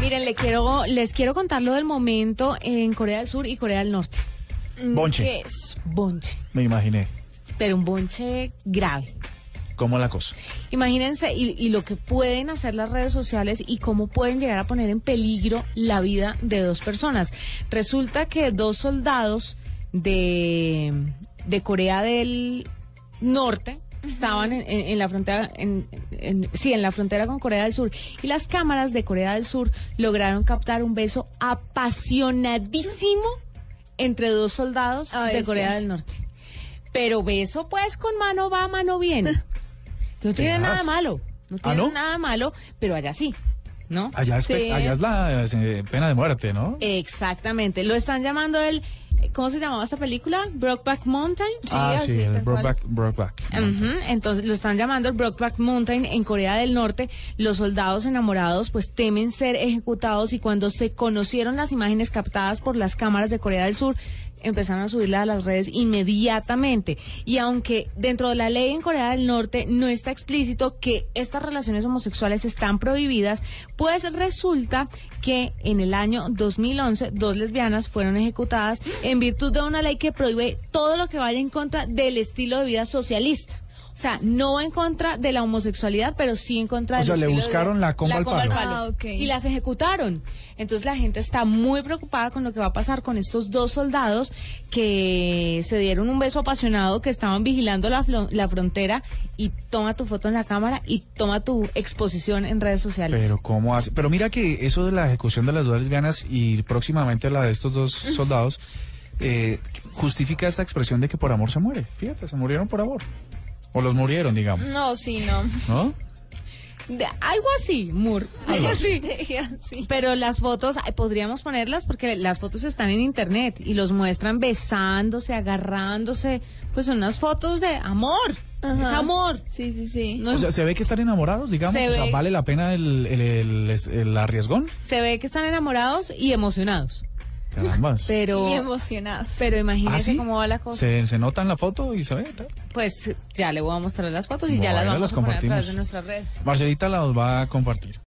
Miren, le quiero, les quiero contar lo del momento en Corea del Sur y Corea del Norte. Mm, Bonche. que es bonche, Me imaginé pero un bonche grave. cómo la cosa. Imagínense y, y lo que pueden hacer las redes sociales y cómo pueden llegar a poner en peligro la vida de dos personas. Resulta que dos soldados de, de Corea del Norte estaban en, en- en la frontera, en- en- sí, en la frontera con Corea del Sur y las cámaras de Corea del Sur lograron captar un beso apasionadísimo entre dos soldados Ay, de sí. Corea del Norte. Pero beso pues con mano va, mano viene. No tiene nada de malo. No ¿Ah, tiene no? nada de malo, pero allá sí, ¿no? Allá es, pe- Sí. allá es la eh, pena de muerte, ¿no? Exactamente. Lo están llamando el. ¿Cómo se llamaba esta película? Brokeback Mountain. ah, así, sí, el tal cual. Brokeback. Brokeback. Ujú, Entonces lo están llamando el Brokeback Mountain en Corea del Norte. Los soldados enamorados pues temen ser ejecutados y cuando se conocieron las imágenes captadas por las cámaras de Corea del Sur empezaron a subirla a las redes inmediatamente. Y aunque dentro de la ley en Corea del Norte no está explícito que estas relaciones homosexuales están prohibidas, pues resulta que en el año 2011 dos lesbianas fueron ejecutadas en virtud de una ley que prohíbe todo lo que vaya en contra del estilo de vida socialista. O sea, no va en contra de la homosexualidad, pero sí en contra O del sea, le estilo de buscaron vida- la comba al palo. Ah, ok. Y las ejecutaron. Entonces la gente está muy preocupada con lo que va a pasar con estos dos soldados que se dieron un beso apasionado, que estaban vigilando la, flo- la frontera y toma tu foto en la cámara y toma tu exposición en redes sociales. Pero cómo hace. Pero mira que eso de la ejecución de las dos lesbianas y próximamente la de estos dos soldados eh, justifica esa expresión de que por amor se muere. Fíjate, se murieron por amor. O los murieron, digamos, No, sí, no. ¿no? De- algo así, Moore. Algo así. Así. Pero las fotos, ay, podríamos ponerlas porque las fotos están en internet y los muestran besándose, agarrándose. Pues son unas fotos de amor. Ajá. Es amor. Sí, sí, sí. No O es- sea, se ve que están enamorados, digamos. Se o sea, ve. vale la pena el, el, el- el arriesgón. se ve que están enamorados y emocionados. Caramba. Pero, Y emocionadas. pero imagínese ¿Ah, sí? cómo va la cosa. Se, se nota en la foto y se ve. tal. Pues ya le voy a mostrar las fotos y ya Bueno, las vamos las a poner a través compartimos. de nuestras redes. Marcelita la nos va a compartir.